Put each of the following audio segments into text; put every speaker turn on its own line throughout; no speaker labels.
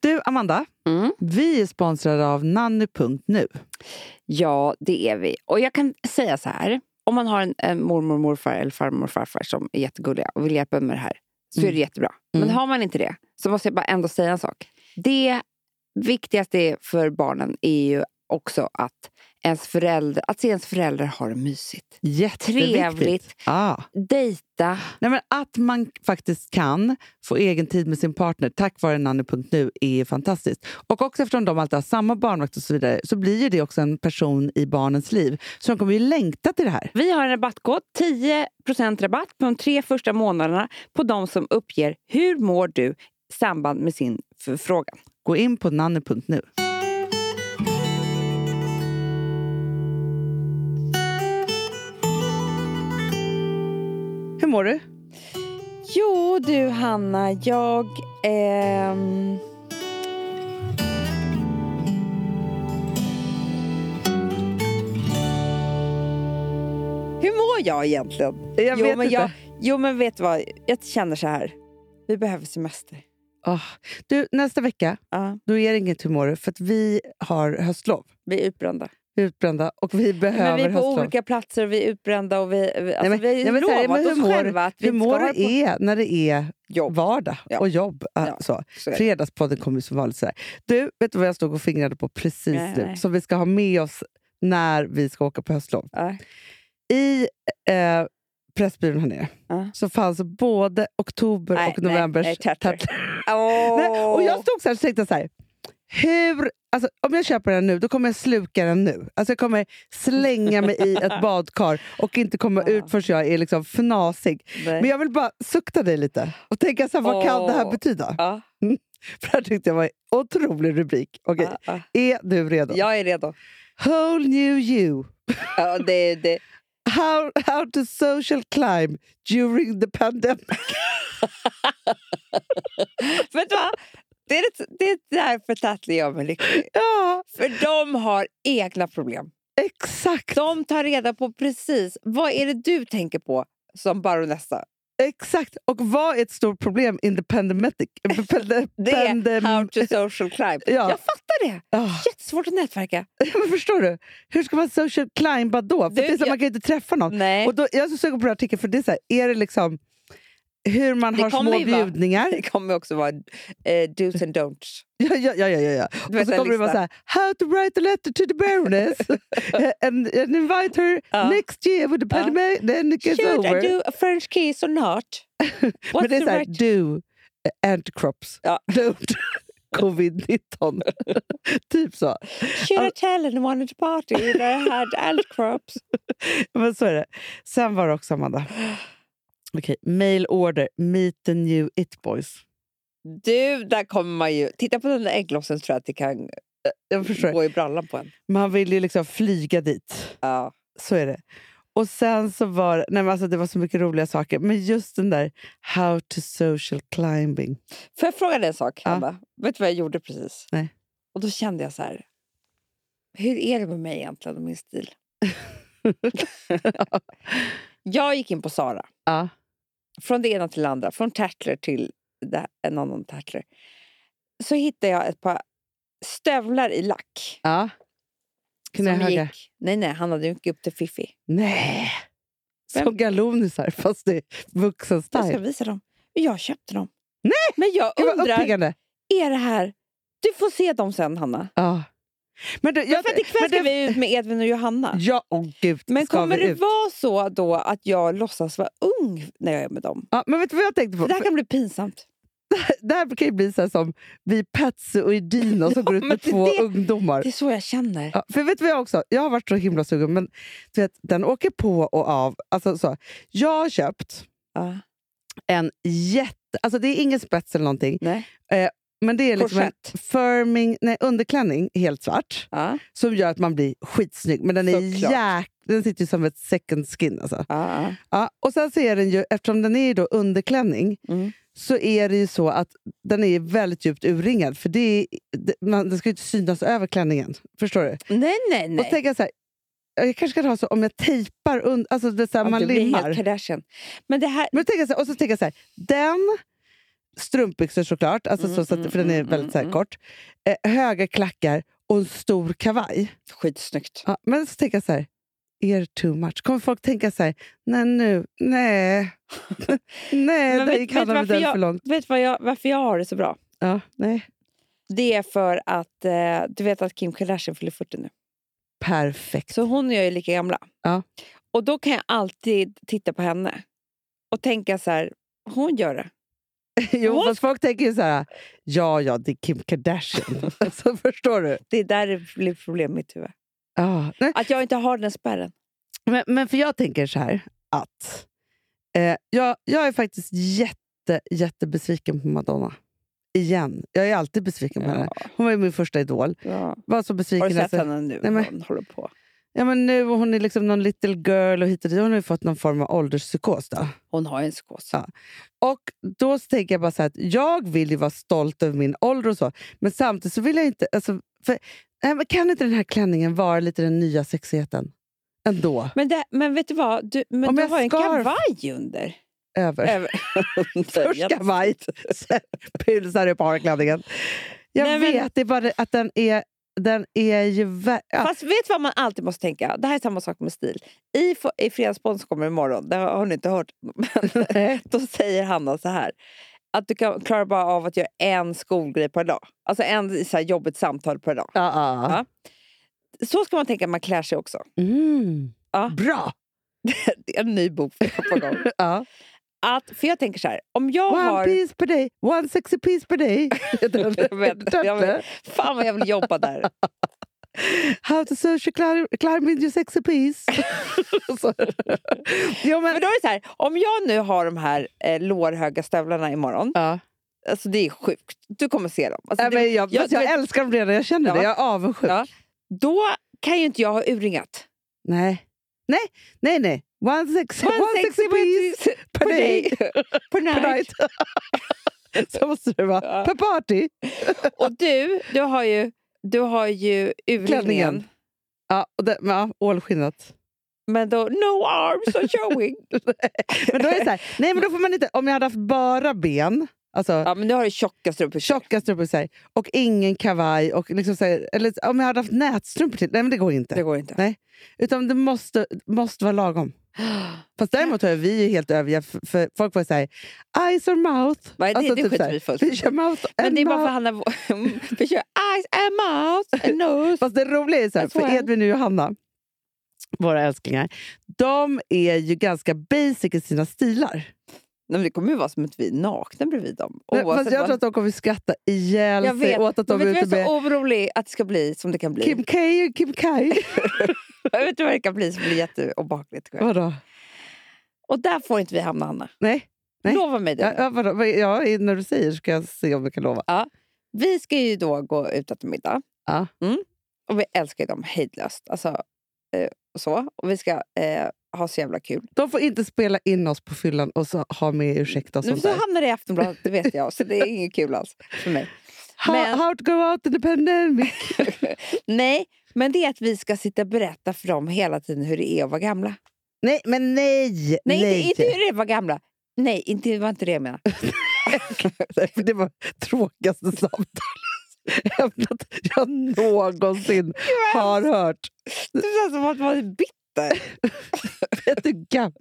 Du, Amanda,
Mm.
vi är sponsrade av nanny.nu.
Ja, det är vi. Och jag kan säga så här. Om man har en, en mormor, morfar eller farmor och farfar som är jättegulliga och vill hjälpa en med det här så
Mm.
är det jättebra.
Mm.
Men har man inte det så måste jag bara ändå säga en sak. Det viktigaste för barnen är ju också att, ens förälder, att se ens föräldrar har det mysigt.
Jätteviktigt.
Trevligt.
Ah.
Dejta.
Nej, men att man faktiskt kan få egen tid med sin partner tack vare nanny.nu är fantastiskt. Och också eftersom de alltid har samma barnvakt och så vidare så blir ju det också en person i barnens liv. Så de kommer ju längta till det här.
Vi har en rabattkod, 10% rabatt på de tre första månaderna på de som uppger hur mår du i samband med sin förfrågan.
Gå in på nanny.nu. Hur mår du?
Jo du Hanna, jag... ehm, Hur mår jag egentligen?
Jag
jo, men Jag, jo men vet du vad, jag känner så här. Vi behöver semester.
Ah. Du, nästa vecka
Ja,
då är det inget hur mår du för att vi har höstlov.
vi är utbrända.
Vi är utbrända och vi behöver
Men vi är på
höstlov.
olika platser och vi är utbrända och vi, vi, alltså,
men-
vi
nej,
har
men så här,
lovat
men hur
oss
mår du?
själva att vi
Hur
inte ska
mår
ha
det
på
är när det är
jobb.
vardag
Ja.
och jobb.
Ja,
Alltså.
Så är det.
Fredagspodden kommer ju som vanligt sådär. Du, vet du vad jag stod och fingrade på precis
Nej,
nu?
nej.
Som vi ska ha med oss när vi ska åka på höstlov.
Ja.
I eh, Pressbyrån här nere
Ja.
så fanns både oktober
Nej,
och
nej,
novembers
nej, tartar.
Nej, och jag
Åh.
stod så här och tänkte så här. Hur, alltså, om jag köper den nu, då kommer jag sluka den nu. Alltså, jag kommer slänga mig i ett badkar och inte komma
Ja.
ut förrän jag är liksom fnasig.
Nej.
Men jag vill bara sukta dig lite och tänka så här, vad kan det här
Åh.
betyda?
Ja,
För det här tyckte jag var en otrolig rubrik. Okej,
ja, ja.
Är du redo?
Jag är redo.
Whole new you.
Ja, det, det.
How, how to social climb during the pandemic.
Vet du vad? Det är, det, det är därför Tatli gör mig lycklig.
Ja,
För de har egna problem.
exakt.
De tar reda på precis vad är det du tänker på som baronessa.
Exakt. Och vad är ett stort problem in the pandemic? Pande-
Det är
pandem-
How to social climb.
Ja.
Jag fattar det.
Ah,
Jättesvårt att nätverka.
men förstår du? Hur ska man social climba då? För
Du,
det är så, här,
jag-
Man kan ju inte träffa någon.
Nej,
Och då, jag är så sugen på den här artikeln, för det är så här, är det liksom hur man
Det
har
kommer
små
ju vara-
bjudningar.
det kommer också vara eh, do's and don'ts.
Ja, ja, ja, ja, ja, ja.
Du vet,
Och så
en
kommer det vara
lista.
så här, how to write a letter to the baroness Eh, and, and invite her
Ja.
next year when the
Ja.
pandemic then it gets
Should
over.
I do a French kiss or not? What's
Men det är
the
så här,
right-
do eh, anticrops,
Ja.
don't covid-19. typ så.
Should I tell anyone at the party that I had altcrops?
Men så är det. Sen var det också, Amanda. Okej, mail order, meet the new it boys.
Du, där kommer man ju... Titta på den där ägglossen tror jag att det kan
Jag förstår.
gå i brallan på en.
Man vill ju liksom flyga dit.
Ja.
Så är det. Och sen så var nej men alltså det var så mycket roliga saker, men just den där How to social climbing.
Får jag fråga dig en sak,
Ja.
Hanna? Vet du vad jag gjorde precis?
Nej.
Och då kände jag så här... Hur är det med mig egentligen och min stil? jag gick in på Sara.
Ja.
Från det ena till det andra. Från Tatler till det, en annan Tatler. Så hittade jag ett par stövlar i lack.
ja.
som
Knähöga.
gick, nej, nej, han hade ju inte upp till Fifi.
Nej! Som
Vem-
galonisar, fast det är vuxen
Jag ska
style.
visa dem. Jag köpte dem. Nej! Men jag
Det var
undrar,
uppiggande.
är det här... Du får se dem sen, Hanna.
Ja. Men du,
Jag, för att ikväll
men
ska
du-
vi ut med Edvin och Johanna.
Ja, åh gud.
Men
ska
kommer
vi
det
ut?
vara så då att jag låtsas vara ung när jag är med dem?
Ja, men vet du vad jag tänkte på?
Det här kan bli pinsamt.
det här kan ju bli så här som vi Patsy och Edina som
Ja,
går ut
men
med
det-
två
det-
ungdomar.
Det är så jag känner.
Ja, för vet du vad jag också? Jag har varit så himla sugen, men du vet, den åker på och av. Alltså, så. Jag har köpt
Ja.
en jätte... Alltså, det är ingen spets eller någonting,
Nej.
men det är liksom en
Korsett.
firming, nej, underklänning, helt svart,
Ja.
som gör att man blir skitsnygg. Men den är
Såklart.
jäk... Den sitter ju som ett second skin. Alltså.
Ja. ja.
Ja, och sen så är den ju, eftersom den är ju då underklänning,
Mm.
så är det ju så att den är väldigt djupt urringad. För det är, det, man, den ska ju inte synas över klänningen. Förstår du?
Nej, nej,
Och så
nej.
tänker jag så här, jag kanske kan ha så om jag tejpar under, alltså det är så här,
Ja,
man
du blir
limmar.
helt Kardashian. Men det här...
Men då tänker jag så här, och så tänker jag så här, den strumpbyxor såklart, alltså
Mm,
så, så att,
mm,
för den är
mm,
väldigt så här
mm,
kort. Eh, höga klackar och en stor kavaj.
Skitsnyggt.
Ja, men så tänker jag så här, är det too much? Kommer folk tänka så här, nej nu, nej, nej,
Men
där
vet-
gick
vet
Hanna
varför
Widell
jag-
för långt.
Vet du vad jag, varför jag har det så bra?
Ja, nej.
Det är för att eh, du vet att Kim Kardashian fyller 40 nu.
Perfekt.
Så hon och jag är lika gamla.
Ja.
Och då kan jag alltid titta på henne och tänka så här, hon gör det.
jo,
What?
fast folk tänker ju så här, ja, ja, det är Kim Kardashian. alltså, förstår du?
Det är där det blir problem i mitt huvud.
Ja, nej.
Att jag inte har den spärren.
Men, men för jag tänker så här att eh, jag, jag är faktiskt jätte, jättebesviken på Madonna. Igen. Jag är alltid besviken på henne. Hon var ju min första idol.
Ja.
Var så
Har
besviken.
du sett
alltså.
henne nu?
Nej, men-
Hon håller på.
Ja, men nu och hon är liksom någon little girl och hit och dit. Hon har ju fått någon form av ålderspsykos. Då.
Hon har ju en psykos.
Ja. Och då så tänker jag bara så här att jag vill ju vara stolt över min ålder och så. Men samtidigt så vill jag inte... Alltså, för, nej, men kan inte den här klänningen vara lite den nya sexigheten? Ändå.
Men, det, men vet du vad? Du, men
Om
du
jag
har ju en
scarf-
kavaj under.
Över.
Över.
Först kavaj, sen pylsar upp harklänningen. Jag
Nej, men-
vet, det är bara det att den är, den är ju... vä- Ja,
Fast vet du vad man alltid måste tänka? Det här är samma sak med stil. I, fo- i Fredagspons kommer imorgon, det har har ni inte hört. Men då säger Hanna så här. Att du kan klarar bara av att göra en skolgrej per dag. Alltså en så här jobbigt samtal per dag.
ja, ja.
Så ska man tänka när man klär sig också.
Mm.
Ja.
Bra!
Det är en ny bok på gång.
Ja.
Att, för jag tänker så här. Om jag
One
har...
piece per day, one sexy piece per day.
Jag vet, jag vet. Fan vad jag vill jobba där.
How to social climb, climb in your sexy piece. Så. jo,
Men
men,
då är det så här, om jag nu har de här eh, lårhöga stövlarna imorgon,
ja.
alltså det är sjukt, du kommer se dem. Alltså,
Nej,
det,
men jag,
jag-
fast jag
du vet-
älskar dem redan, jag känner
Ja.
det. Jag är avundsjuk.
Ja. då kan ju inte jag ha urringat.
Nej. Nej, nej, nej. One sexy, one sexy piece
piece
per day.
per night.
per night. Så måste det vara.
Ja.
Per party.
Och du, du har ju, du har ju urringningen.
Klänningen. Ja, och det, men ja, ålskinnet.
Men då, no arms are showing.
Men då är det så här, nej men då får man inte, om jag hade haft bara ben, alltså
ja, men nu har du tjocka strumpor.
tjocka strumpor så här, och ingen kavaj, och liksom så här, eller om jag hade haft nätstrumpor till, nej men det går inte.
Det går inte.
Nej. Utan det måste, måste vara lagom. Fast däremot har vi ju helt övriga, för, för folk var så här, eyes or mouth.
Nej, det- det
typ
skiter
så här,
vi fullständigt
Vi kör mouth
Men
and
det är bara för
mouth.
Hanna... Vi kör eyes and mouth and nose.
Fast det roliga är så här,
That's why.
för Edvin och Johanna, våra älsklingar, de är ju ganska basic i sina stilar.
Nej, men det kommer ju vara som att vi är nakna bredvid dem.
Men,
Oavsett
fast jag
vad-
tror att de kommer skratta ihjäl
Jag
sig
vet,
åt att de är
men vet du
ute
vad jag är
med
så orolig att det ska bli som det kan bli.
Kim K och Kim Kai.
Jag vet du vad det kan bli som blir jätteobehagligt. tror jag.
vadå?
Och där får inte vi hamna, Hanna.
Nej, Nej.
Lova mig det.
ja,
nu.
ja, vadå? Men Ja, när du säger ska jag se om jag kan lova.
Vi ska ju då gå ut och äta middag.
Ja.
Mm. Och vi älskar ju dem hejdlöst. Alltså, eh, och så. Och vi ska eh, ha så jävla kul.
De får inte spela in oss på fyllan och så ha med ursäkta och
Nu
sånt
så
där.
hamnar det i Aftonbladet, det vet jag. Så det är inget kul alls för mig.
How,
men-
how to go out in the pandemic.
Nej, men det är att vi ska sitta och berätta för dem hela tiden hur det är att vara gamla.
Nej, men nej!
Nej, Inte, inte hur det är att vara gamla. Nej, inte, det var inte det jag menade.
Nej, för det var tråkigaste samtalet ämnet jag någonsin har hört.
Det känns som att man är bitter.
Vet du gam-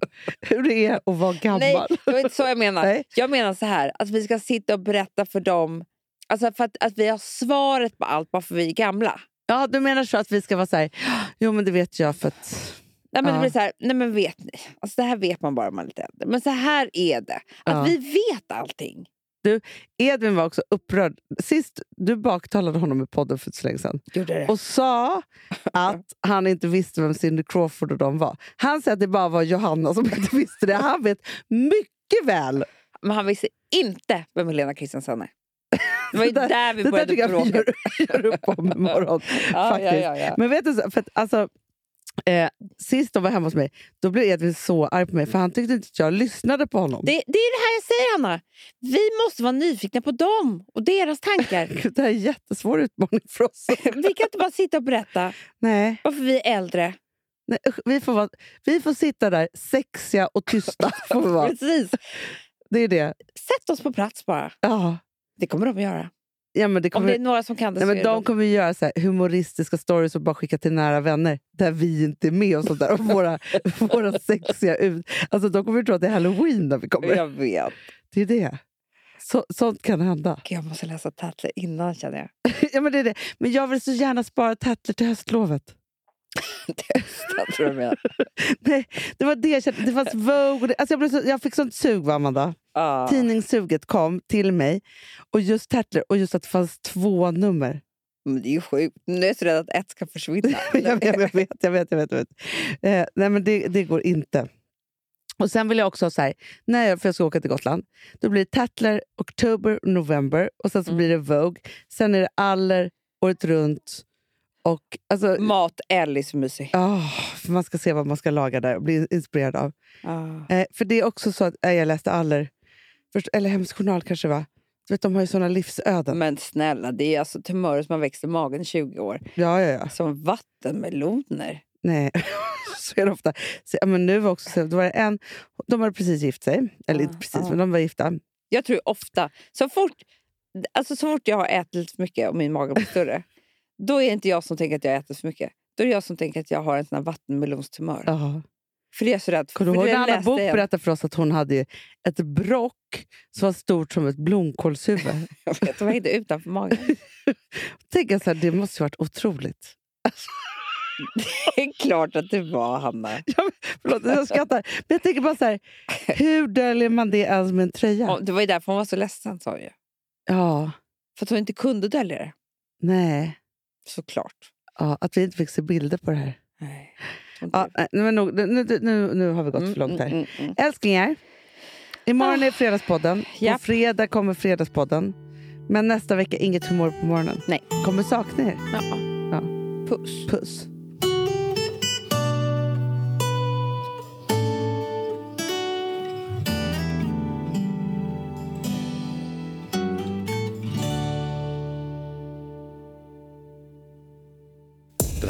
hur det är att vara gammal?
Nej, det var inte så jag menar.
Nej.
Jag menar så här, att vi ska sitta och berätta för dem Alltså för att, att vi har svaret på allt bara för vi är gamla.
Ja, du menar så att vi ska vara så här, jo men det vet jag för att...
Nej men
Ja.
det blir så här, nej men vet ni? Alltså det här vet man bara om man är lite äldre. Men så här är det.
Ja.
Att vi vet allting.
Edvin var också upprörd. Sist du baktalade honom i podden för inte så länge sedan
Gjorde det?
och sa att han inte visste vem Cindy Crawford och de var. Han säger att det bara var Johanna som inte visste det. Han vet mycket väl.
Men han visste inte vem Helena Kristensen är. Det var ju
Det där-
där vi
Det där
började
tycker jag vi
bråka.
gör, gör upp om imorgon.
Ja, ja,
faktiskt.
ja, ja.
Men vet du, så- för att, alltså, eh, sist de var hemma hos mig, då blev Edvin så arg på mig för han tyckte inte att jag lyssnade på honom.
Det, det är det här jag säger Hanna. Vi måste vara nyfikna på dem och deras tankar.
Gud, det här är en jättesvår utmaning för oss.
vi kan inte bara sitta och berätta
Nej,
varför vi är äldre.
nej usch, vi, får vara, vi får sitta där sexiga och tysta. Får vi vara.
Precis.
det är det.
Sätt oss på plats bara.
Ja,
Det kommer de att göra.
ja men det
Om
kommer...
det är några som kan det
Nej,
så
men
är det
de kommer ju göra så här humoristiska stories och bara skicka till nära vänner där vi inte är med och sånt där. Och våra, våra sexiga ut. Alltså, de kommer ju tro att det är halloween när vi kommer.
Jag vet.
Det är det. Så, sånt kan hända.
Gud, jag måste läsa Tatler innan känner jag.
ja, men, det är det. men jag vill så gärna spara tattler till höstlovet.
Testat tror jag de menar.
Nej, det var det jag kände. Det fanns Vogue. och Det, alltså jag, blev så, jag fick sånt sug, va, Amanda.
Ja.
Tidningssuget kom till mig. Och just tattler och just att det fanns två nummer.
Men det är ju sjukt. Nu är jag så rädd att ett ska försvinna.
jag, vet, jag vet, jag vet. Jag vet, jag vet. Eh, nej, men det, det går inte. Och Sen vill jag också ha så här, när jag, för jag ska åka till Gotland, då blir det Tatler, Oktober, November och sen så
Mm.
blir det Vogue. Sen är det Aller, året runt. Och, alltså,
Mat Ellie så mysig.
ah, för man ska se vad man ska laga där och bli inspirerad av.
Ja.
Eh, för det är också så att eh, jag läste Aller, först, eller Hemsk Journal kanske va? Du vet, de har ju såna livsöden.
Men snälla, det är alltså tumörer som har växt i magen i 20 år.
Ja, ja, ja.
Som vattenmeloner.
Nej, så är det ofta. Så, ja, men nu var också, så- då var det en, de hade precis gift sig, eller
Ah,
inte precis,
ah.
men de var gifta.
Jag tror ofta, så fort, alltså så fort jag har ätit för mycket och min mage blir större, då är det inte jag som tänker att jag äter för mycket. Då är det jag som tänker att jag har en sån här vattenmelonstumör.
Ja.
För det är jag så rädd för.
Kommer du
För
ihåg
det
när Anna
läste
Book
jag.
berättade för oss att hon hade ju ett brock som var stort som ett blomkålshuvud?
Jag vet, de hängde utanför magen.
Tänk jag så här, det måste ju varit otroligt.
Det är klart att det var Hanna.
Förlåt, jag skrattar. Men jag tänker bara så här, hur döljer man det ens med en tröja?
Och Det var ju därför hon var så ledsen, sa hon ju.
Ja,
För att hon inte kunde dölja det.
nej.
Såklart.
Ja, att vi inte fick se bilder på det här.
Nej. typ-
Ja, nej, men nog, nu, nu, nu, nu har vi
Mm,
gått för långt här. Älsklingar, imorgon är Fredagspodden. På
Ah. japp.
fredag kommer Fredagspodden. Men nästa vecka inget humor på morgonen.
Nej.
Kommer sakna er.
Ja.
Ja.
Puss.
Puss.
Den